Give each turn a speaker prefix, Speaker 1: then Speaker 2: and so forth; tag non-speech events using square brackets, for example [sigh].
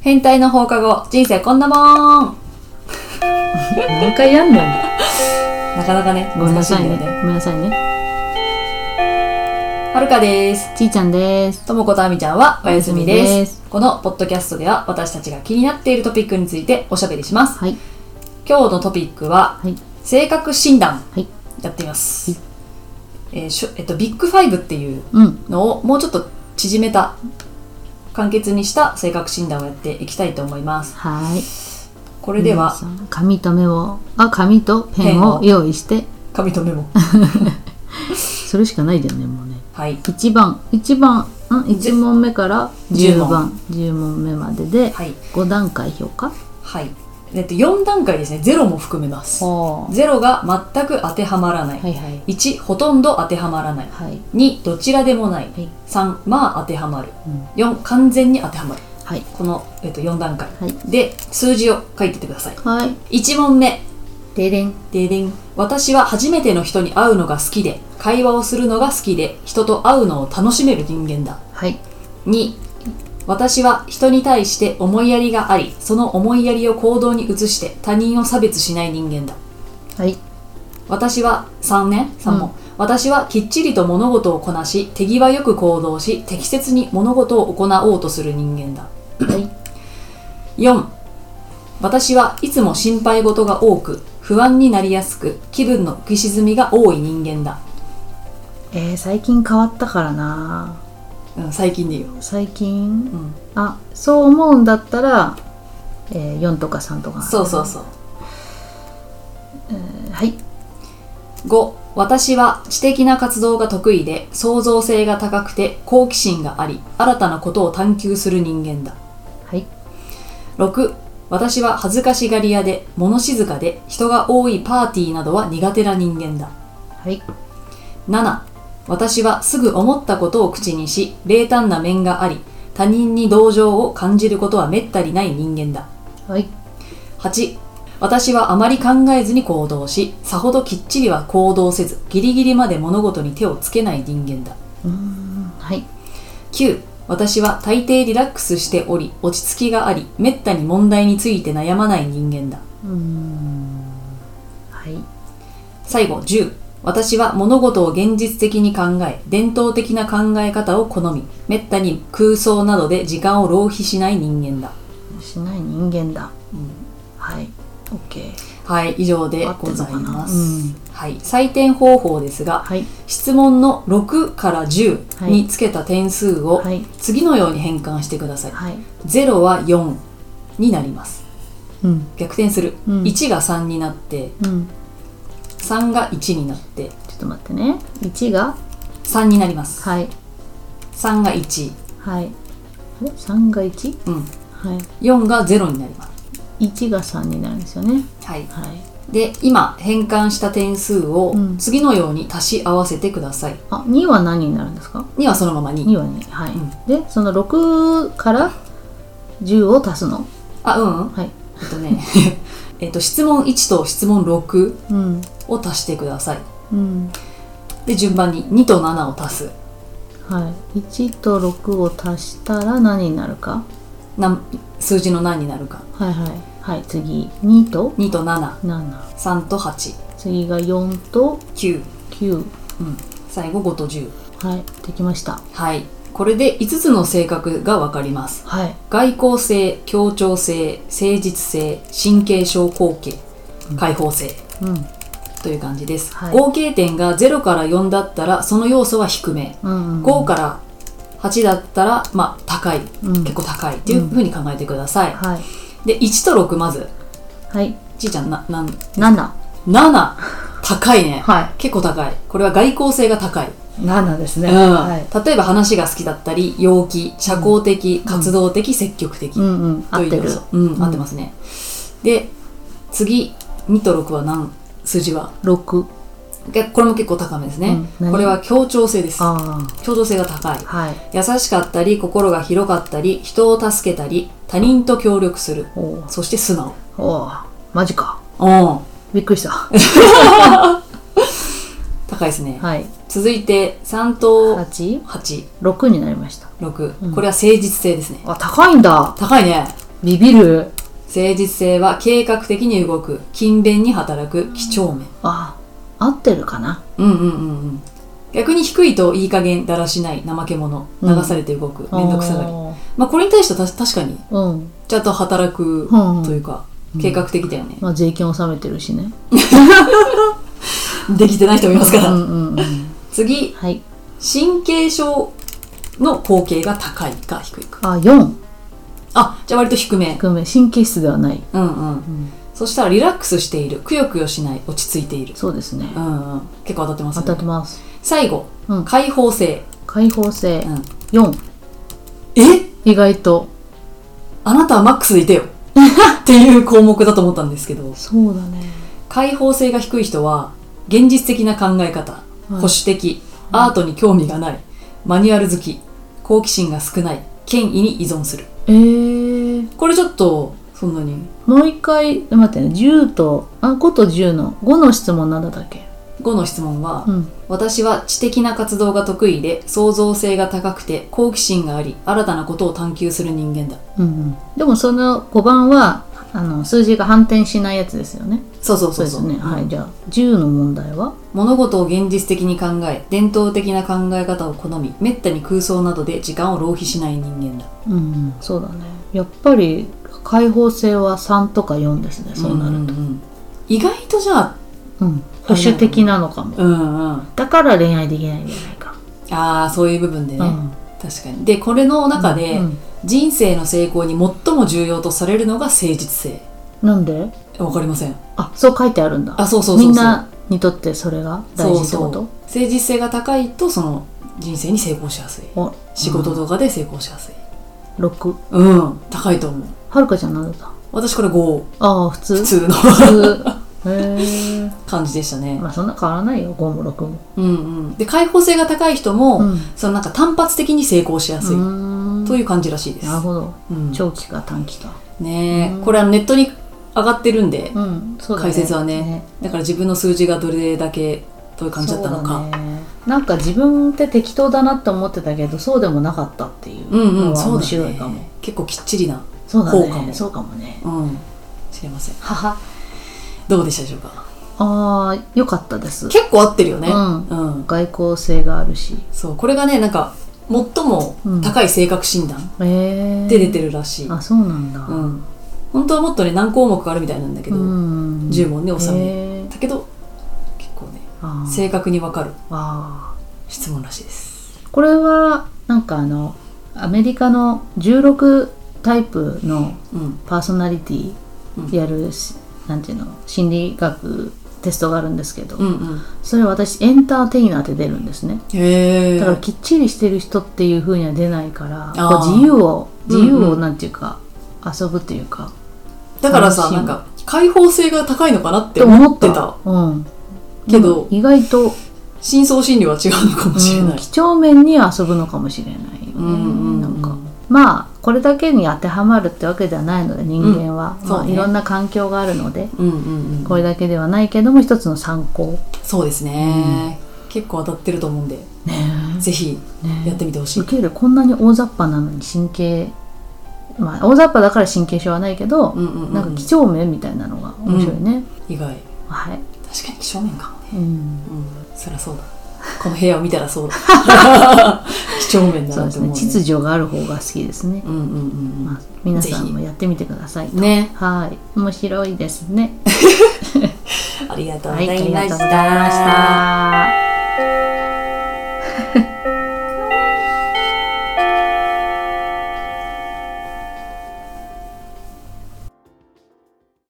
Speaker 1: 変態の放課後、人生こんなもん
Speaker 2: 何回やんの
Speaker 1: なかなかね、
Speaker 2: ごめんな
Speaker 1: 難しい
Speaker 2: さい
Speaker 1: んだ
Speaker 2: ね
Speaker 1: よね。
Speaker 2: ごめんなさいね
Speaker 1: はるかです。
Speaker 2: ちいちゃんです
Speaker 1: ともことあみちゃんはおやすみです
Speaker 2: おやすみです
Speaker 1: このポッドキャストでは私たちが気になっているトピックについておしゃべりします。
Speaker 2: はい
Speaker 1: 今日のトピックは、
Speaker 2: はい
Speaker 1: 性格診断
Speaker 2: はい
Speaker 1: やってみます。えーしょえっと、ビッグファイブっていう
Speaker 2: うん
Speaker 1: のをもうちょっと縮めた、簡潔にした性格診断をやっていきたいと思います。
Speaker 2: はい
Speaker 1: これでは
Speaker 2: 皆、さん紙とメモあ紙とペンを
Speaker 1: ペ
Speaker 2: 用意して
Speaker 1: 紙とメ
Speaker 2: [laughs]
Speaker 1: モ。
Speaker 2: それしかないじゃんねもうね
Speaker 1: はい。
Speaker 2: 1番1番ん一問目から
Speaker 1: 10
Speaker 2: 10番10問目までで
Speaker 1: はい。
Speaker 2: 5段階評価
Speaker 1: はい。えっと、4段階ですね。ゼロも含めます。
Speaker 2: は
Speaker 1: ゼロが全く当てはまらない。
Speaker 2: いはい
Speaker 1: 1、ほとんど当てはまらない。
Speaker 2: はい
Speaker 1: 2、どちらでもない。
Speaker 2: はい
Speaker 1: 3、まあ当てはまる。
Speaker 2: うん
Speaker 1: 4、完全に当てはまる。
Speaker 2: はい
Speaker 1: この、えっと、4段階。
Speaker 2: はい
Speaker 1: で、数字を書いてってください。
Speaker 2: はい
Speaker 1: 1問目。
Speaker 2: ででん
Speaker 1: ででん。私は初めての人に会うのが好きで、会話をするのが好きで、人と会うのを楽しめる人間だ。
Speaker 2: はい
Speaker 1: 2私は人に対して思いやりがありその思いやりを行動に移して他人を差別しない人間だ
Speaker 2: はい
Speaker 1: 私は3ね3も、
Speaker 2: うん
Speaker 1: 私はきっちりと物事をこなし手際よく行動し適切に物事を行おうとする人間だ
Speaker 2: はい
Speaker 1: 4私はいつも心配事が多く不安になりやすく気分の浮き沈みが多い人間だ、
Speaker 2: えー、最近変わったからな
Speaker 1: うん、最近で言う、
Speaker 2: 最近
Speaker 1: うん、
Speaker 2: あそう思うんだったら、えー、4とか3とか
Speaker 1: そうそうそう
Speaker 2: はい
Speaker 1: 5私は知的な活動が得意で創造性が高くて好奇心があり新たなことを探求する人間だ
Speaker 2: はい
Speaker 1: 6私は恥ずかしがり屋で物静かで人が多いパーティーなどは苦手な人間だ
Speaker 2: はい
Speaker 1: 7私はすぐ思ったことを口にし冷淡な面があり他人に同情を感じることはめったにない人間だ
Speaker 2: はい
Speaker 1: 8私はあまり考えずに行動しさほどきっちりは行動せずギリギリまで物事に手をつけない人間だ
Speaker 2: うーんはい
Speaker 1: 9私は大抵リラックスしており落ち着きがありめったに問題について悩まない人間だ
Speaker 2: うーんはい
Speaker 1: 最後10私は物事を現実的に考え伝統的な考え方を好みめったに空想などで時間を浪費しない人間だ
Speaker 2: しない人間だ、はい OK
Speaker 1: はい以上で
Speaker 2: あ
Speaker 1: ご
Speaker 2: こんな
Speaker 1: ざい
Speaker 2: かな
Speaker 1: ます、
Speaker 2: うん
Speaker 1: はい、採点方法ですが、
Speaker 2: はい
Speaker 1: 質問の6から10
Speaker 2: はい
Speaker 1: につけた点数を
Speaker 2: はい
Speaker 1: 次のように変換してください、
Speaker 2: はい
Speaker 1: 0は4になります
Speaker 2: うん
Speaker 1: 逆転する、
Speaker 2: うん
Speaker 1: 1が3になって
Speaker 2: うん
Speaker 1: 3が1になって
Speaker 2: ちょっと待ってね1が
Speaker 1: 3になります
Speaker 2: はい
Speaker 1: 3が1、
Speaker 2: はいあれ3が
Speaker 1: う
Speaker 2: 1?
Speaker 1: ん、
Speaker 2: は
Speaker 1: 4が0になります
Speaker 2: い1が3になるんですよね
Speaker 1: はい、
Speaker 2: はい
Speaker 1: で今変換した点数を
Speaker 2: うん
Speaker 1: 次のように足し合わせてください
Speaker 2: あ2は何になるんですか
Speaker 1: 2はそのまま2
Speaker 2: 2は2はい、
Speaker 1: う
Speaker 2: でその6から10を足すの
Speaker 1: あうんうん
Speaker 2: はい
Speaker 1: えっとね [laughs] えっと質問1と質問6
Speaker 2: うん
Speaker 1: を足してください
Speaker 2: うん
Speaker 1: で順番に2と7を足す
Speaker 2: はい1と6を足したら何になるか
Speaker 1: なん数字の何になるか
Speaker 2: はいはいはい次2と
Speaker 1: 2と73
Speaker 2: 7
Speaker 1: と89
Speaker 2: 次が4と9
Speaker 1: うん最後5と10
Speaker 2: はいできました
Speaker 1: はいこれで5つの性格がわかります
Speaker 2: はい
Speaker 1: 外交性協調性誠実性神経症候群開放性、
Speaker 2: うん
Speaker 1: という感じです、
Speaker 2: はい
Speaker 1: 合計点が0から4だったらその要素は低め、
Speaker 2: うんうん
Speaker 1: 5から8だったらまあ高い、
Speaker 2: うん
Speaker 1: 結構高いっていうふうに考えてください、
Speaker 2: はい
Speaker 1: で1と6まず
Speaker 2: はい
Speaker 1: ちいちゃんななん
Speaker 2: 7
Speaker 1: 7高いね、
Speaker 2: [laughs] は
Speaker 1: 結構高いこれは外交性が高い、
Speaker 2: い7ですね
Speaker 1: うん
Speaker 2: はい
Speaker 1: 例えば話が好きだったり陽気社交的、活動的積極的、
Speaker 2: うんうん合
Speaker 1: とい
Speaker 2: っ
Speaker 1: う
Speaker 2: てる
Speaker 1: 要素うん、合ってますねで次2と6は何数字は
Speaker 2: 6
Speaker 1: でこれも結構高めですね、
Speaker 2: うん何
Speaker 1: これは協調性です
Speaker 2: あ
Speaker 1: 協調性が高い
Speaker 2: あはい
Speaker 1: 優しかったり心が広かったり人を助けたり他人と協力する
Speaker 2: おお
Speaker 1: そして素直
Speaker 2: おーマジか
Speaker 1: うん
Speaker 2: びっくりした [laughs]
Speaker 1: 高いですね、
Speaker 2: はい
Speaker 1: 続いて3と
Speaker 2: 86
Speaker 1: 86、
Speaker 2: になりました
Speaker 1: これは誠実性ですね
Speaker 2: あ高いんだ
Speaker 1: 高いね
Speaker 2: ビビる
Speaker 1: 誠実性は計画的に動く勤勉に働く几帳面
Speaker 2: あ合ってるかな
Speaker 1: うんうんうんうん逆に低いといい加減だらしない怠け者
Speaker 2: うん
Speaker 1: 流されて動く、めんどくさがり
Speaker 2: あ
Speaker 1: まあこれに対してはた確かに
Speaker 2: ーうん
Speaker 1: ちゃんと働く
Speaker 2: うんうん
Speaker 1: というか、計画的だよね、
Speaker 2: まあ税金納めてるしね
Speaker 1: できてない人もいますから、
Speaker 2: うんうんうん
Speaker 1: 次
Speaker 2: はい
Speaker 1: 神経症の後継が高いか低いか
Speaker 2: あ4
Speaker 1: あじゃあ割と低め
Speaker 2: ごめん神経質ではない
Speaker 1: うんうん、そしたらリラックスしているくよくよしない落ち着いている
Speaker 2: そうですね
Speaker 1: うんうん結構当たってます
Speaker 2: 当
Speaker 1: よ
Speaker 2: たっ
Speaker 1: ね
Speaker 2: てます
Speaker 1: 最後、
Speaker 2: うん
Speaker 1: 開放性、
Speaker 2: 開放性
Speaker 1: うん、
Speaker 2: 4
Speaker 1: え
Speaker 2: 意外と
Speaker 1: あなたはマックスでいてよ
Speaker 2: [laughs]
Speaker 1: っていう項目だと思ったんですけど
Speaker 2: そうだね
Speaker 1: 開放性が低い人は現実的な考え方保守的、アートに興味がないマニュアル好き好奇心が少ない権威に依存する
Speaker 2: えー、
Speaker 1: これちょっとそんなに
Speaker 2: もう一回待ってね10とあ5と10の5の質問なんだったっけ
Speaker 1: 5の質問は、
Speaker 2: うん
Speaker 1: 私は知的な活動が得意で創造性が高くて好奇心があり新たなことを探求する人間だ
Speaker 2: うんうんでもその5番はあの数字が反転しないやつですよね
Speaker 1: そうそうそうそう
Speaker 2: ですねはいじゃあ10の問題は
Speaker 1: 物事を現実的に考え伝統的な考え方を好みめったに空想などで時間を浪費しない人間だ
Speaker 2: うん、うん、そうだねやっぱり開放性は3とか4ですねそうなると、
Speaker 1: んんん意外とじゃあ
Speaker 2: うん保守的なのかも
Speaker 1: うんうんあ
Speaker 2: だから恋愛できないんじゃないか、
Speaker 1: あーそういう部分でね、
Speaker 2: うん
Speaker 1: 確かにでこれの中で、
Speaker 2: うん
Speaker 1: 人生の成功に最も重要とされるのが誠実性
Speaker 2: なんで
Speaker 1: わかりません
Speaker 2: あそう書いてあるんだ
Speaker 1: あそうそうそうそう
Speaker 2: みんなにとってそれが大事って
Speaker 1: そ
Speaker 2: こと
Speaker 1: うそう誠実性が高いとその人生に成功しやすい
Speaker 2: お
Speaker 1: 仕事とかで成功しやすい
Speaker 2: 6
Speaker 1: うん、高いと思う
Speaker 2: はるかちゃんなんだった
Speaker 1: 私これ5
Speaker 2: ああ普通
Speaker 1: 普通の
Speaker 2: 普通
Speaker 1: [laughs]
Speaker 2: へえ
Speaker 1: 感じでしたね、
Speaker 2: まあそんな変わらないよ5も6も
Speaker 1: うんうんで開放性が高い人も、
Speaker 2: うん
Speaker 1: そのなんか単発的に成功しやすい、
Speaker 2: うーん
Speaker 1: という感じらしいです
Speaker 2: なるほど
Speaker 1: うん
Speaker 2: 長期か短期か
Speaker 1: ねえ、
Speaker 2: うん
Speaker 1: これはネットに上がってるんで、
Speaker 2: うんそうだね
Speaker 1: 解説はねだから自分の数字がどれだけどういう感じだったのか
Speaker 2: そうだねなんか自分って適当だなって思ってたけどそうでもなかったっていう
Speaker 1: う,、ん
Speaker 2: の
Speaker 1: うん
Speaker 2: は
Speaker 1: そう
Speaker 2: 面
Speaker 1: だね
Speaker 2: 白いかも
Speaker 1: 結構きっちりな
Speaker 2: そうだ
Speaker 1: こうかも
Speaker 2: ねそうかもね
Speaker 1: うん知れません
Speaker 2: はは
Speaker 1: どうでしたでしょうか
Speaker 2: あーよかったで
Speaker 1: [laughs]
Speaker 2: す
Speaker 1: 結構合ってるよね
Speaker 2: うん
Speaker 1: うん、
Speaker 2: 外交性があるし
Speaker 1: そうこれがねなんか最も高い性格診断
Speaker 2: へえ
Speaker 1: で出てるらしい、うん
Speaker 2: あそうなんだ
Speaker 1: 本当はもっとね何項目かあるみたいなんだけど、
Speaker 2: うん
Speaker 1: 10問ね収める
Speaker 2: へー
Speaker 1: だけど結構ね
Speaker 2: あー
Speaker 1: 正確にわかる
Speaker 2: あ
Speaker 1: 質問らしいです
Speaker 2: ーこれはなんかあのアメリカの16タイプの
Speaker 1: うん
Speaker 2: パーソナリティ
Speaker 1: うん
Speaker 2: やるし、なんていうの心理学テストがあるんですけど、
Speaker 1: うんうん
Speaker 2: それ私エンターテイナーって出るんですね
Speaker 1: へえ
Speaker 2: だからきっちりしてる人っていう風には出ないから
Speaker 1: あー
Speaker 2: こう自由を
Speaker 1: うん
Speaker 2: 自
Speaker 1: うん
Speaker 2: 由をなんていうか、遊ぶっていうか
Speaker 1: だからさ
Speaker 2: 楽し
Speaker 1: ないんか開放性が高いのかなって
Speaker 2: と
Speaker 1: 思ってた
Speaker 2: うん
Speaker 1: けど
Speaker 2: でも意外と、
Speaker 1: 深層心理は違うのかもしれ
Speaker 2: う
Speaker 1: なんい
Speaker 2: 几帳面に遊ぶのかもしれないよね、
Speaker 1: うんうんうん
Speaker 2: なんかまあこれだけに当てはまるってわけではないので人間は、
Speaker 1: うんそうね
Speaker 2: まあいろんな環境があるので
Speaker 1: うんうんうん
Speaker 2: これだけではないけども一つの参考
Speaker 1: そうですね、結構当たってると思うんで
Speaker 2: ね
Speaker 1: ぜひ
Speaker 2: ね
Speaker 1: やってみてほしい、
Speaker 2: 受けるこんなに大雑把なのに神経まあ大雑把だから神経症はないけど、
Speaker 1: うんうんうん
Speaker 2: なんか几帳面みたいなのが面白いね、
Speaker 1: 意外
Speaker 2: はい、
Speaker 1: 確かに気象面かもね
Speaker 2: うん、
Speaker 1: うんそりゃそうだこの部屋を見たらそうだ
Speaker 2: [laughs]
Speaker 1: 几帳面だ
Speaker 2: そ
Speaker 1: な
Speaker 2: うで
Speaker 1: と思
Speaker 2: す
Speaker 1: う、
Speaker 2: ね
Speaker 1: ね、
Speaker 2: 秩序がある方が好きですね、
Speaker 1: うんうんうん
Speaker 2: まあ、皆さんもやってみてください
Speaker 1: うんね
Speaker 2: はい面白いですね
Speaker 1: ありがとう
Speaker 2: は
Speaker 1: ござ
Speaker 2: いあ
Speaker 1: い
Speaker 2: りが
Speaker 1: ま
Speaker 2: とうございま
Speaker 1: し
Speaker 2: したた